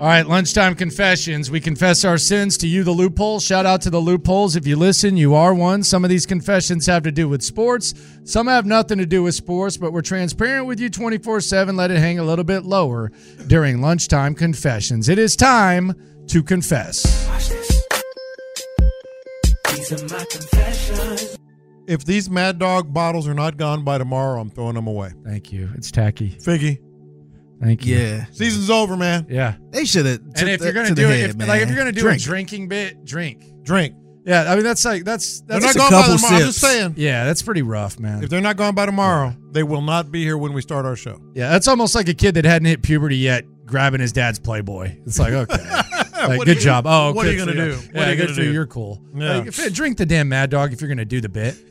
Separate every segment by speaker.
Speaker 1: All right, lunchtime confessions. We confess our sins to you, the loophole. Shout out to the loopholes. If you listen, you are one. Some of these confessions have to do with sports, some have nothing to do with sports, but we're transparent with you 24 7. Let it hang a little bit lower during lunchtime confessions. It is time to confess.
Speaker 2: If these Mad Dog bottles are not gone by tomorrow, I'm throwing them away.
Speaker 1: Thank you. It's tacky.
Speaker 2: Figgy,
Speaker 1: Thank you.
Speaker 3: Yeah,
Speaker 2: season's over, man.
Speaker 1: Yeah.
Speaker 3: they should have.
Speaker 1: And if you're gonna do it, if, like if you're gonna do a drinking bit, drink.
Speaker 2: Drink.
Speaker 1: Yeah, I mean that's like that's
Speaker 2: They're
Speaker 1: that's
Speaker 2: not gone
Speaker 3: Just a
Speaker 2: by
Speaker 3: couple
Speaker 2: tomorrow. I'm just
Speaker 3: sips.
Speaker 2: saying.
Speaker 1: yeah, that's pretty rough, man.
Speaker 2: If they're not gone by tomorrow, they will not be here when we start our show.
Speaker 1: Yeah, that's almost like a kid that hadn't hit puberty yet grabbing his dad's Playboy. It's like, okay. Like,
Speaker 2: What are
Speaker 1: good
Speaker 2: you-
Speaker 1: job. Oh,
Speaker 2: what are
Speaker 1: good
Speaker 2: you gonna
Speaker 1: for
Speaker 2: do?
Speaker 1: Yeah,
Speaker 2: What are you
Speaker 1: good
Speaker 2: gonna
Speaker 1: for you.
Speaker 2: do?
Speaker 1: You're cool.
Speaker 2: Yeah.
Speaker 1: Like, if- drink the damn Mad Dog if you're gonna do the bit. If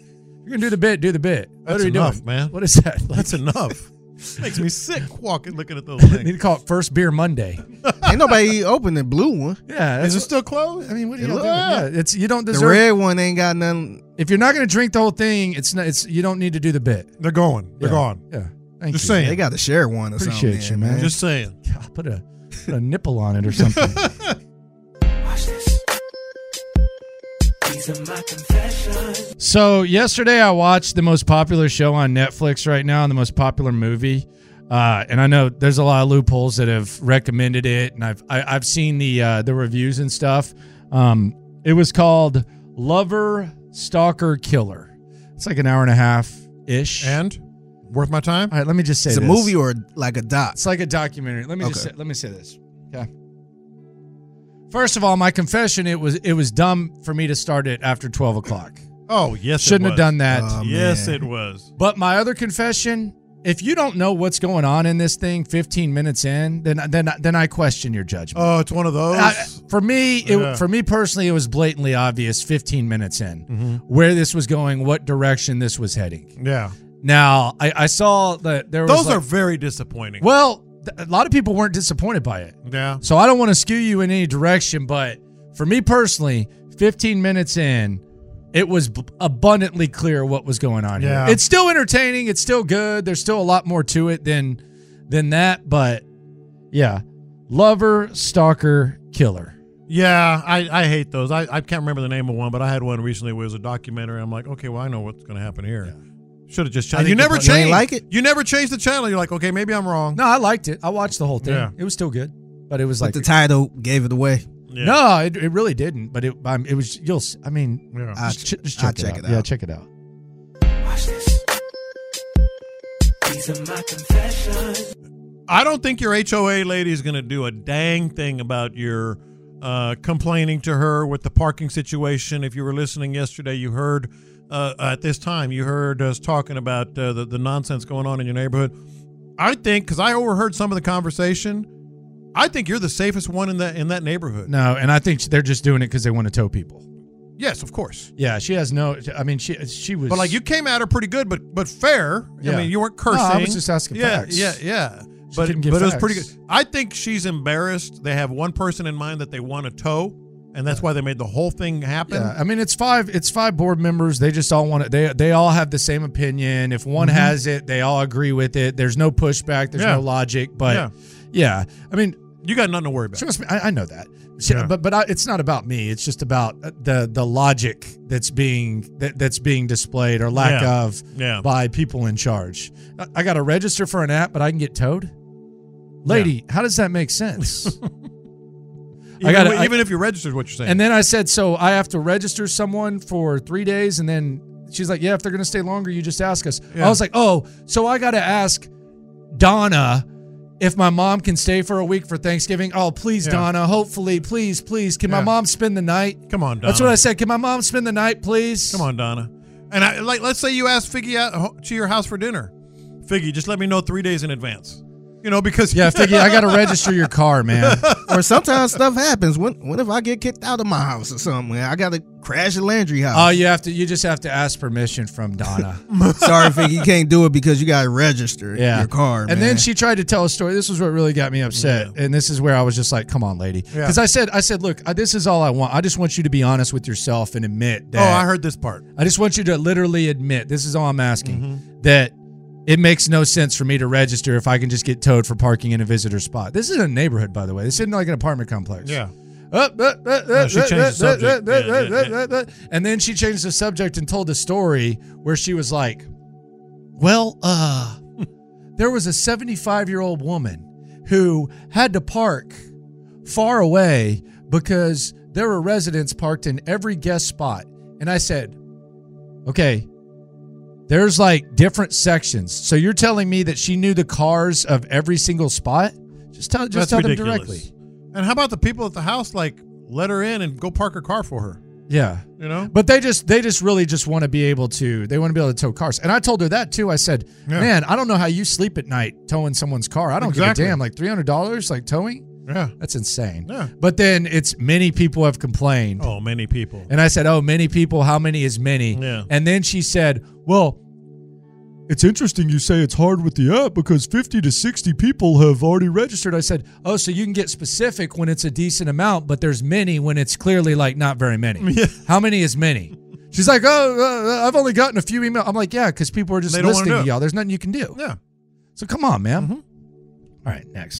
Speaker 1: you're gonna do the bit, do the bit. what
Speaker 2: That's
Speaker 1: are we
Speaker 2: enough,
Speaker 1: doing,
Speaker 2: man.
Speaker 1: What is that? Like,
Speaker 2: That's enough. Makes me sick walking, looking at those things.
Speaker 1: need to call it First Beer Monday.
Speaker 3: ain't nobody opened the blue one.
Speaker 1: Yeah, that's
Speaker 2: Is it
Speaker 1: what-
Speaker 2: still closed?
Speaker 1: I mean, what are
Speaker 3: It
Speaker 1: you doing?
Speaker 3: look-
Speaker 1: Yeah, it's you don't
Speaker 3: The
Speaker 1: deserve.
Speaker 3: red one ain't got nothing.
Speaker 1: if you're not gonna drink the whole thing, it's not. It's you don't need to do the bit.
Speaker 2: They're going. They're
Speaker 1: Yeah.
Speaker 2: gone.
Speaker 1: Yeah, thank
Speaker 2: Just
Speaker 1: you.
Speaker 2: saying.
Speaker 3: They got to share one or
Speaker 1: Appreciate you,
Speaker 3: something.
Speaker 1: man.
Speaker 2: Just saying.
Speaker 1: Yeah, I'll put a put a nipple on it or something. So yesterday I watched the most popular show on Netflix right now and the most popular movie. Uh, and I know there's a lot of loopholes that have recommended it, and I've I, I've seen the uh, the reviews and stuff. Um, it was called Lover Stalker Killer. It's like an hour and a half ish.
Speaker 2: And worth my time?
Speaker 1: all right, let me just say
Speaker 3: It's a
Speaker 1: this.
Speaker 3: movie or like a doc.
Speaker 1: It's like a documentary. Let me just say,
Speaker 3: Okay.
Speaker 1: let me say this. Okay. First of all, my confession it was it was dumb for me to start it after twelve o'clock.
Speaker 2: Oh, yes. it
Speaker 1: Shouldn't have
Speaker 2: was. Oh,
Speaker 1: done that. Oh,
Speaker 3: Um,
Speaker 2: yes,
Speaker 3: man.
Speaker 2: it was.
Speaker 1: but my other confession, if you don't know what's going on in this thing, fifteen minutes in, then then then I question your judgment.
Speaker 2: Oh, it's one of those.
Speaker 1: I- for me, it,
Speaker 2: Yeah.
Speaker 1: for me personally, it was blatantly obvious. Fifteen minutes in,
Speaker 2: Mm-hmm.
Speaker 1: where this was going, what direction this was heading.
Speaker 2: yeah.
Speaker 1: Now, I, I saw that there was
Speaker 2: Those
Speaker 1: like-
Speaker 2: are very disappointing.
Speaker 1: well, th- a lot of people weren't disappointed by it.
Speaker 2: Yeah.
Speaker 1: So I don't want to skew you in any direction, but for me personally, 15 minutes in, it was b- abundantly clear what was going on
Speaker 2: Yeah.
Speaker 1: here. It's still entertaining. It's still good. There's still a lot more to it than than that, but yeah, lover, stalker, killer.
Speaker 2: Yeah, I, I hate those. I, I can't remember the name of one, but I had one recently where it was a documentary. I'm like, okay, well, I know what's going to happen here. Should have just
Speaker 1: I
Speaker 2: changed.
Speaker 1: think
Speaker 2: You
Speaker 1: the
Speaker 2: never
Speaker 1: pro-
Speaker 2: change.
Speaker 3: You ain't like it?
Speaker 2: You never change the channel. You're like, okay, maybe I'm wrong.
Speaker 1: No, I liked it. I watched the whole thing.
Speaker 2: Yeah.
Speaker 1: It was still good, but it was
Speaker 3: But
Speaker 1: like
Speaker 3: the title gave it away.
Speaker 2: Yeah.
Speaker 1: no, it, it really didn't. But it um, it was you'll. s- I mean,
Speaker 2: Yeah.
Speaker 3: I- I'll
Speaker 1: just, ch- just
Speaker 3: I'll
Speaker 1: check, it,
Speaker 3: check
Speaker 1: out.
Speaker 3: it
Speaker 1: Yeah,
Speaker 3: out.
Speaker 1: check it out.
Speaker 2: I don't think your HOA lady is going to do a dang thing about your uh, complaining to her with the parking situation. If you were listening yesterday, you heard uh, at this time, you heard us talking about uh, the, the nonsense going on in your neighborhood. I think, because I overheard some of the conversation, I think you're the safest one in that in that neighborhood.
Speaker 1: No, and I think they're just doing it because they want to tow people.
Speaker 2: Yes, of course.
Speaker 1: Yeah, she has no. I mean, she she was.
Speaker 2: But like you came at her pretty good, but but fair.
Speaker 1: Yeah.
Speaker 2: I mean, you weren't
Speaker 1: No,
Speaker 2: cursing.
Speaker 1: I was just asking
Speaker 2: yeah,
Speaker 1: facts.
Speaker 2: yeah, yeah. But
Speaker 1: couldn't
Speaker 2: but
Speaker 1: give
Speaker 2: it was pretty good.
Speaker 1: facts.
Speaker 2: I think she's embarrassed. They have one person in mind that they want to tow, and that's why they made the whole thing happen.
Speaker 1: Yeah, I mean it's five. It's five board members. They just all want it. They they all have the same opinion. If one has it, they all agree with it. There's no pushback. There's
Speaker 2: Mm-hmm. Yeah.
Speaker 1: no logic. But yeah,
Speaker 2: Yeah.
Speaker 1: I mean,
Speaker 2: You got nothing to worry about.
Speaker 1: trust me, I, I know that. So-
Speaker 2: Yeah.
Speaker 1: But but I, it's not about me. It's just about the the logic that's being that, that's being displayed or lack
Speaker 2: Yeah.
Speaker 1: of
Speaker 2: Yeah.
Speaker 1: by people in charge. I, I got to register for an app, but I can get towed. Lady, how does that make sense?
Speaker 2: Even,
Speaker 1: I got
Speaker 2: wi-
Speaker 1: I-
Speaker 2: even if you registered what you're saying.
Speaker 1: And then I said, so I have to register someone for three days, and then she's like, yeah, if they're gonna stay longer, you just ask us.
Speaker 2: Yeah.
Speaker 1: I was like, oh, so I got to ask Donna if my mom can stay for a week for Thanksgiving. Oh, please,
Speaker 2: Yeah.
Speaker 1: Donna, hopefully, please, please, can my
Speaker 2: Yeah.
Speaker 1: mom spend the night?
Speaker 2: come on, Donna.
Speaker 1: That's what I said. Can my mom spend the night, please?
Speaker 2: Come on, Donna. And I like let's say you ask Figgy out ho- to your house for dinner. Figgy, just let me know three days in advance. You know because
Speaker 1: Yeah, Figgy, I got to register your car, man.
Speaker 3: or sometimes stuff happens. When what if I get kicked out of my house or something? I gotta crash the Landry
Speaker 1: Oh,
Speaker 3: house.
Speaker 1: you have to. You just have to ask permission from Donna.
Speaker 3: Sorry, Vic, you can't do it because you gotta register
Speaker 1: Uh, yeah.
Speaker 3: your car.
Speaker 1: And then
Speaker 3: man.
Speaker 1: she tried to tell a story. This was what really got me upset. And this is where I was just like, come on, lady.
Speaker 2: Yeah.
Speaker 1: Because I said, I said, look, I, this is all I want. I just want you to be honest with yourself and admit
Speaker 2: Oh, I
Speaker 1: that.
Speaker 2: heard this part.
Speaker 1: I just want you to literally admit, this is all I'm asking,
Speaker 2: Mm-hmm.
Speaker 1: that it makes no sense for me to register if I can just get towed for parking in a visitor spot. This is a neighborhood, by the way. This isn't like an apartment complex. Uh, uh, uh, uh,
Speaker 2: she changed
Speaker 1: uh,
Speaker 2: the subject.
Speaker 1: uh,
Speaker 2: Yeah,
Speaker 1: uh,
Speaker 2: yeah, yeah.
Speaker 1: uh, uh, uh, And then she changed the subject and told a story where she was like, Well, uh, there was a 75 year old woman who had to park far away because there were residents parked in every guest spot. And I said, Okay, there's like different sections. So you're telling me that she knew the cars of every single spot? Just tell, just
Speaker 2: That's
Speaker 1: tell
Speaker 2: ridiculous.
Speaker 1: them directly.
Speaker 2: And how about the people at the house? Like let her in and go park her car for her.
Speaker 1: Yeah.
Speaker 2: You know.
Speaker 1: But they just they just really just want to be able to they want to be able to tow cars. And I told her that too. I said,
Speaker 2: Yeah.
Speaker 1: "Man, I don't know how you sleep at night towing someone's car. I don't
Speaker 2: Exactly.
Speaker 1: give a damn. Like three hundred dollars, like towing,
Speaker 2: Yeah.
Speaker 1: that's insane."
Speaker 2: Yeah.
Speaker 1: But then it's many people have complained,
Speaker 2: Oh, many people.
Speaker 1: and I said, "Oh, many people. How many is many?"
Speaker 2: Yeah.
Speaker 1: And then she said, "Well." It's interesting you say it's hard with the app because 50 to 60 people have already registered. I said, Oh, so you can get specific when it's a decent amount, but there's many when it's clearly like not very many. How many is many? She's like, oh, uh, I've only gotten a few emails. I'm like, yeah, because people are just
Speaker 2: They don't wanna
Speaker 1: listening
Speaker 2: do
Speaker 1: to
Speaker 2: it.
Speaker 1: y'all. There's nothing you can do.
Speaker 2: Yeah. Mm-hmm.
Speaker 1: So come on, man. All right, next.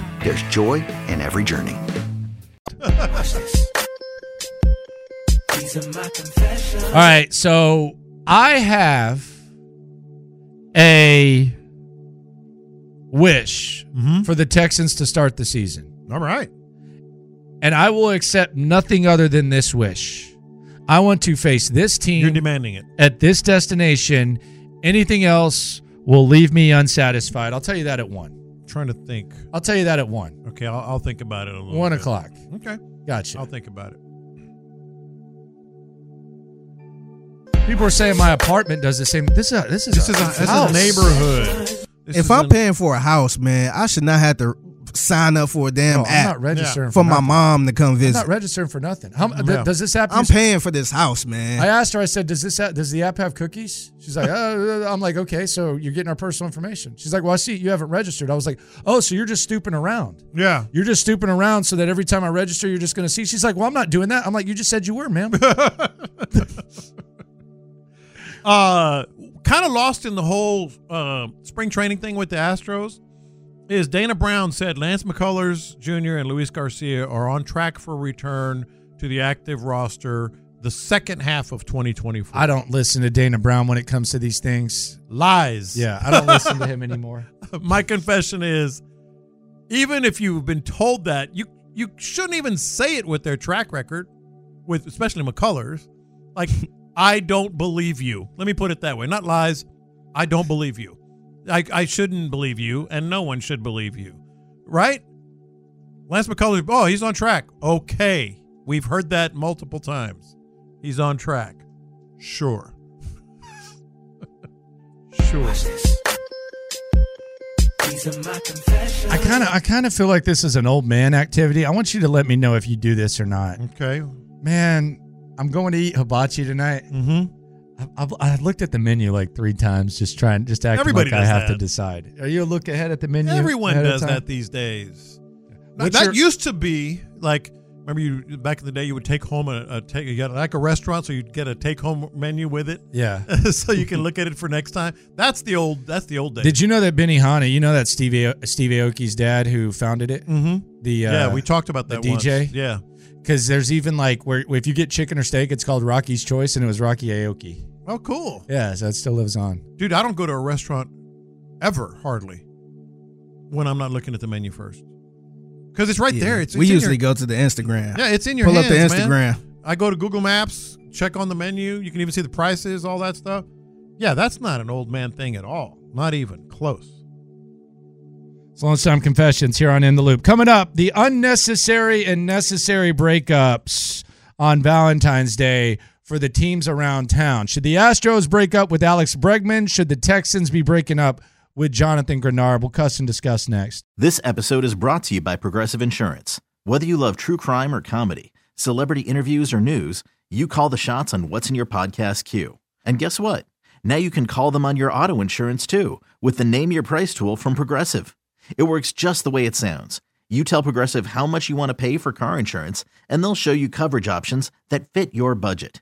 Speaker 4: there's joy in every journey.
Speaker 1: All right, so I have a wish
Speaker 2: Mhm.
Speaker 1: for the Texans to start the season.
Speaker 2: All right.
Speaker 1: and I will accept nothing other than this wish. I want to face this
Speaker 2: You're
Speaker 1: team
Speaker 2: demanding it.
Speaker 1: at this destination. Anything else will leave me unsatisfied. I'll tell you that at one.
Speaker 2: trying to think.
Speaker 1: I'll tell you that at one.
Speaker 2: Okay, I'll, I'll think about it a little.
Speaker 1: One
Speaker 2: bit.
Speaker 1: o'clock.
Speaker 2: Okay, I'll
Speaker 1: Gotcha.
Speaker 2: think about it.
Speaker 1: People are saying my apartment does the same. This is a, this is
Speaker 2: This is a, this is
Speaker 1: house.
Speaker 2: a neighborhood. This
Speaker 3: if
Speaker 2: is
Speaker 3: I'm
Speaker 2: a-
Speaker 3: paying for a house, man, I should not have to sign up for a damn
Speaker 1: No, oh, I'm
Speaker 3: app
Speaker 1: not registering for,
Speaker 3: for my
Speaker 1: nothing.
Speaker 3: mom to come
Speaker 1: I'm
Speaker 3: visit.
Speaker 1: not registering for nothing. How, th-
Speaker 2: Yeah.
Speaker 1: Does this app?
Speaker 3: I'm
Speaker 1: use-
Speaker 3: paying for this house, man.
Speaker 1: I asked her. I said, "Does this app, does the app have cookies?" She's like, "Oh." I'm like, "Okay, so you're getting our personal information." She's like, "Well, I see you haven't registered." I was like, "Oh, so you're just stooping around."
Speaker 2: yeah.
Speaker 1: You're just stooping around so that every time I register, you're just going to see. She's like, Well, I'm not doing that. I'm like, You just said you were, ma'am.
Speaker 2: Uh, kind of lost in the whole uh, spring training thing with the Astros is Dana Brown said Lance McCullers Jr. and Luis Garcia are on track for return to the active roster the second half of 2024.
Speaker 1: I don't listen to Dana Brown when it comes to these things.
Speaker 2: Lies.
Speaker 1: Yeah, I don't listen to him anymore.
Speaker 2: My confession is even if you've been told that, you you shouldn't even say it with their track record, with especially McCullers. Like, I don't believe you. Let me put it that way. Not lies. I don't believe you. I, I shouldn't believe you, and no one should believe you. Right? Lance McCullers, oh, he's on track. Okay. We've heard that multiple times. He's on track. Sure. sure.
Speaker 1: I kind of I kind of feel like this is an old man activity. I want you to let me know if you do this or not.
Speaker 2: Okay.
Speaker 1: Man, I'm going to eat hibachi tonight.
Speaker 2: Mm-hmm.
Speaker 1: I- I've, I looked at the menu like three times, just trying, just acting
Speaker 2: Everybody
Speaker 1: like I
Speaker 2: does
Speaker 1: have to
Speaker 2: that.
Speaker 1: decide. Are you a look ahead at the menu?
Speaker 2: Everyone
Speaker 1: ahead of
Speaker 2: does
Speaker 1: time?
Speaker 2: that these days. Now,
Speaker 1: What's
Speaker 2: that
Speaker 1: your-
Speaker 2: used to be like remember you back in the day you would take home a, a take you got like a restaurant so you'd get a take home menu with it
Speaker 1: Yeah.
Speaker 2: so you can look at it for next time. That's the old that's the old days.
Speaker 1: Did you know that Benny Hanna, you know that Steve Aoki's Steve Aoki's dad who founded it?
Speaker 2: Mm-hmm.
Speaker 1: The uh,
Speaker 2: Yeah, we talked about
Speaker 1: the
Speaker 2: that. once.
Speaker 1: DJ?
Speaker 2: Yeah,
Speaker 1: because there's even like where if you get chicken or steak, it's called Rocky's Choice, and it was Rocky Aoki.
Speaker 2: Oh, cool,
Speaker 1: Yeah, so it still lives on.
Speaker 2: dude. I don't go to a restaurant ever hardly when I'm not looking at the menu first because it's right there. It's,
Speaker 3: we
Speaker 2: it's in
Speaker 3: usually
Speaker 2: your-
Speaker 3: go to the Instagram.
Speaker 2: yeah, it's in your
Speaker 3: Pull up
Speaker 2: hands,
Speaker 3: the
Speaker 2: man.
Speaker 3: Instagram.
Speaker 2: I go to Google Maps, check on the menu. You can even see the prices, all that stuff. Yeah, that's not an old man thing at all. Not even close.
Speaker 1: It's lunchtime confessions here on In the Loop. Coming up, the unnecessary and necessary breakups on Valentine's Day for the teams around town. Should the Astros break up with Alex Bregman? Should the Texans be breaking up with Jonathan Grenard? We'll cuss and discuss next.
Speaker 5: This episode is brought to you by Progressive Insurance. Whether you love true crime or comedy, celebrity interviews or news, you call the shots on what's in your podcast queue. And guess what? Now you can call them on your auto insurance too with the Name Your Price tool from Progressive. It works just the way it sounds. You tell Progressive how much you want to pay for car insurance, and they'll show you coverage options that fit your budget.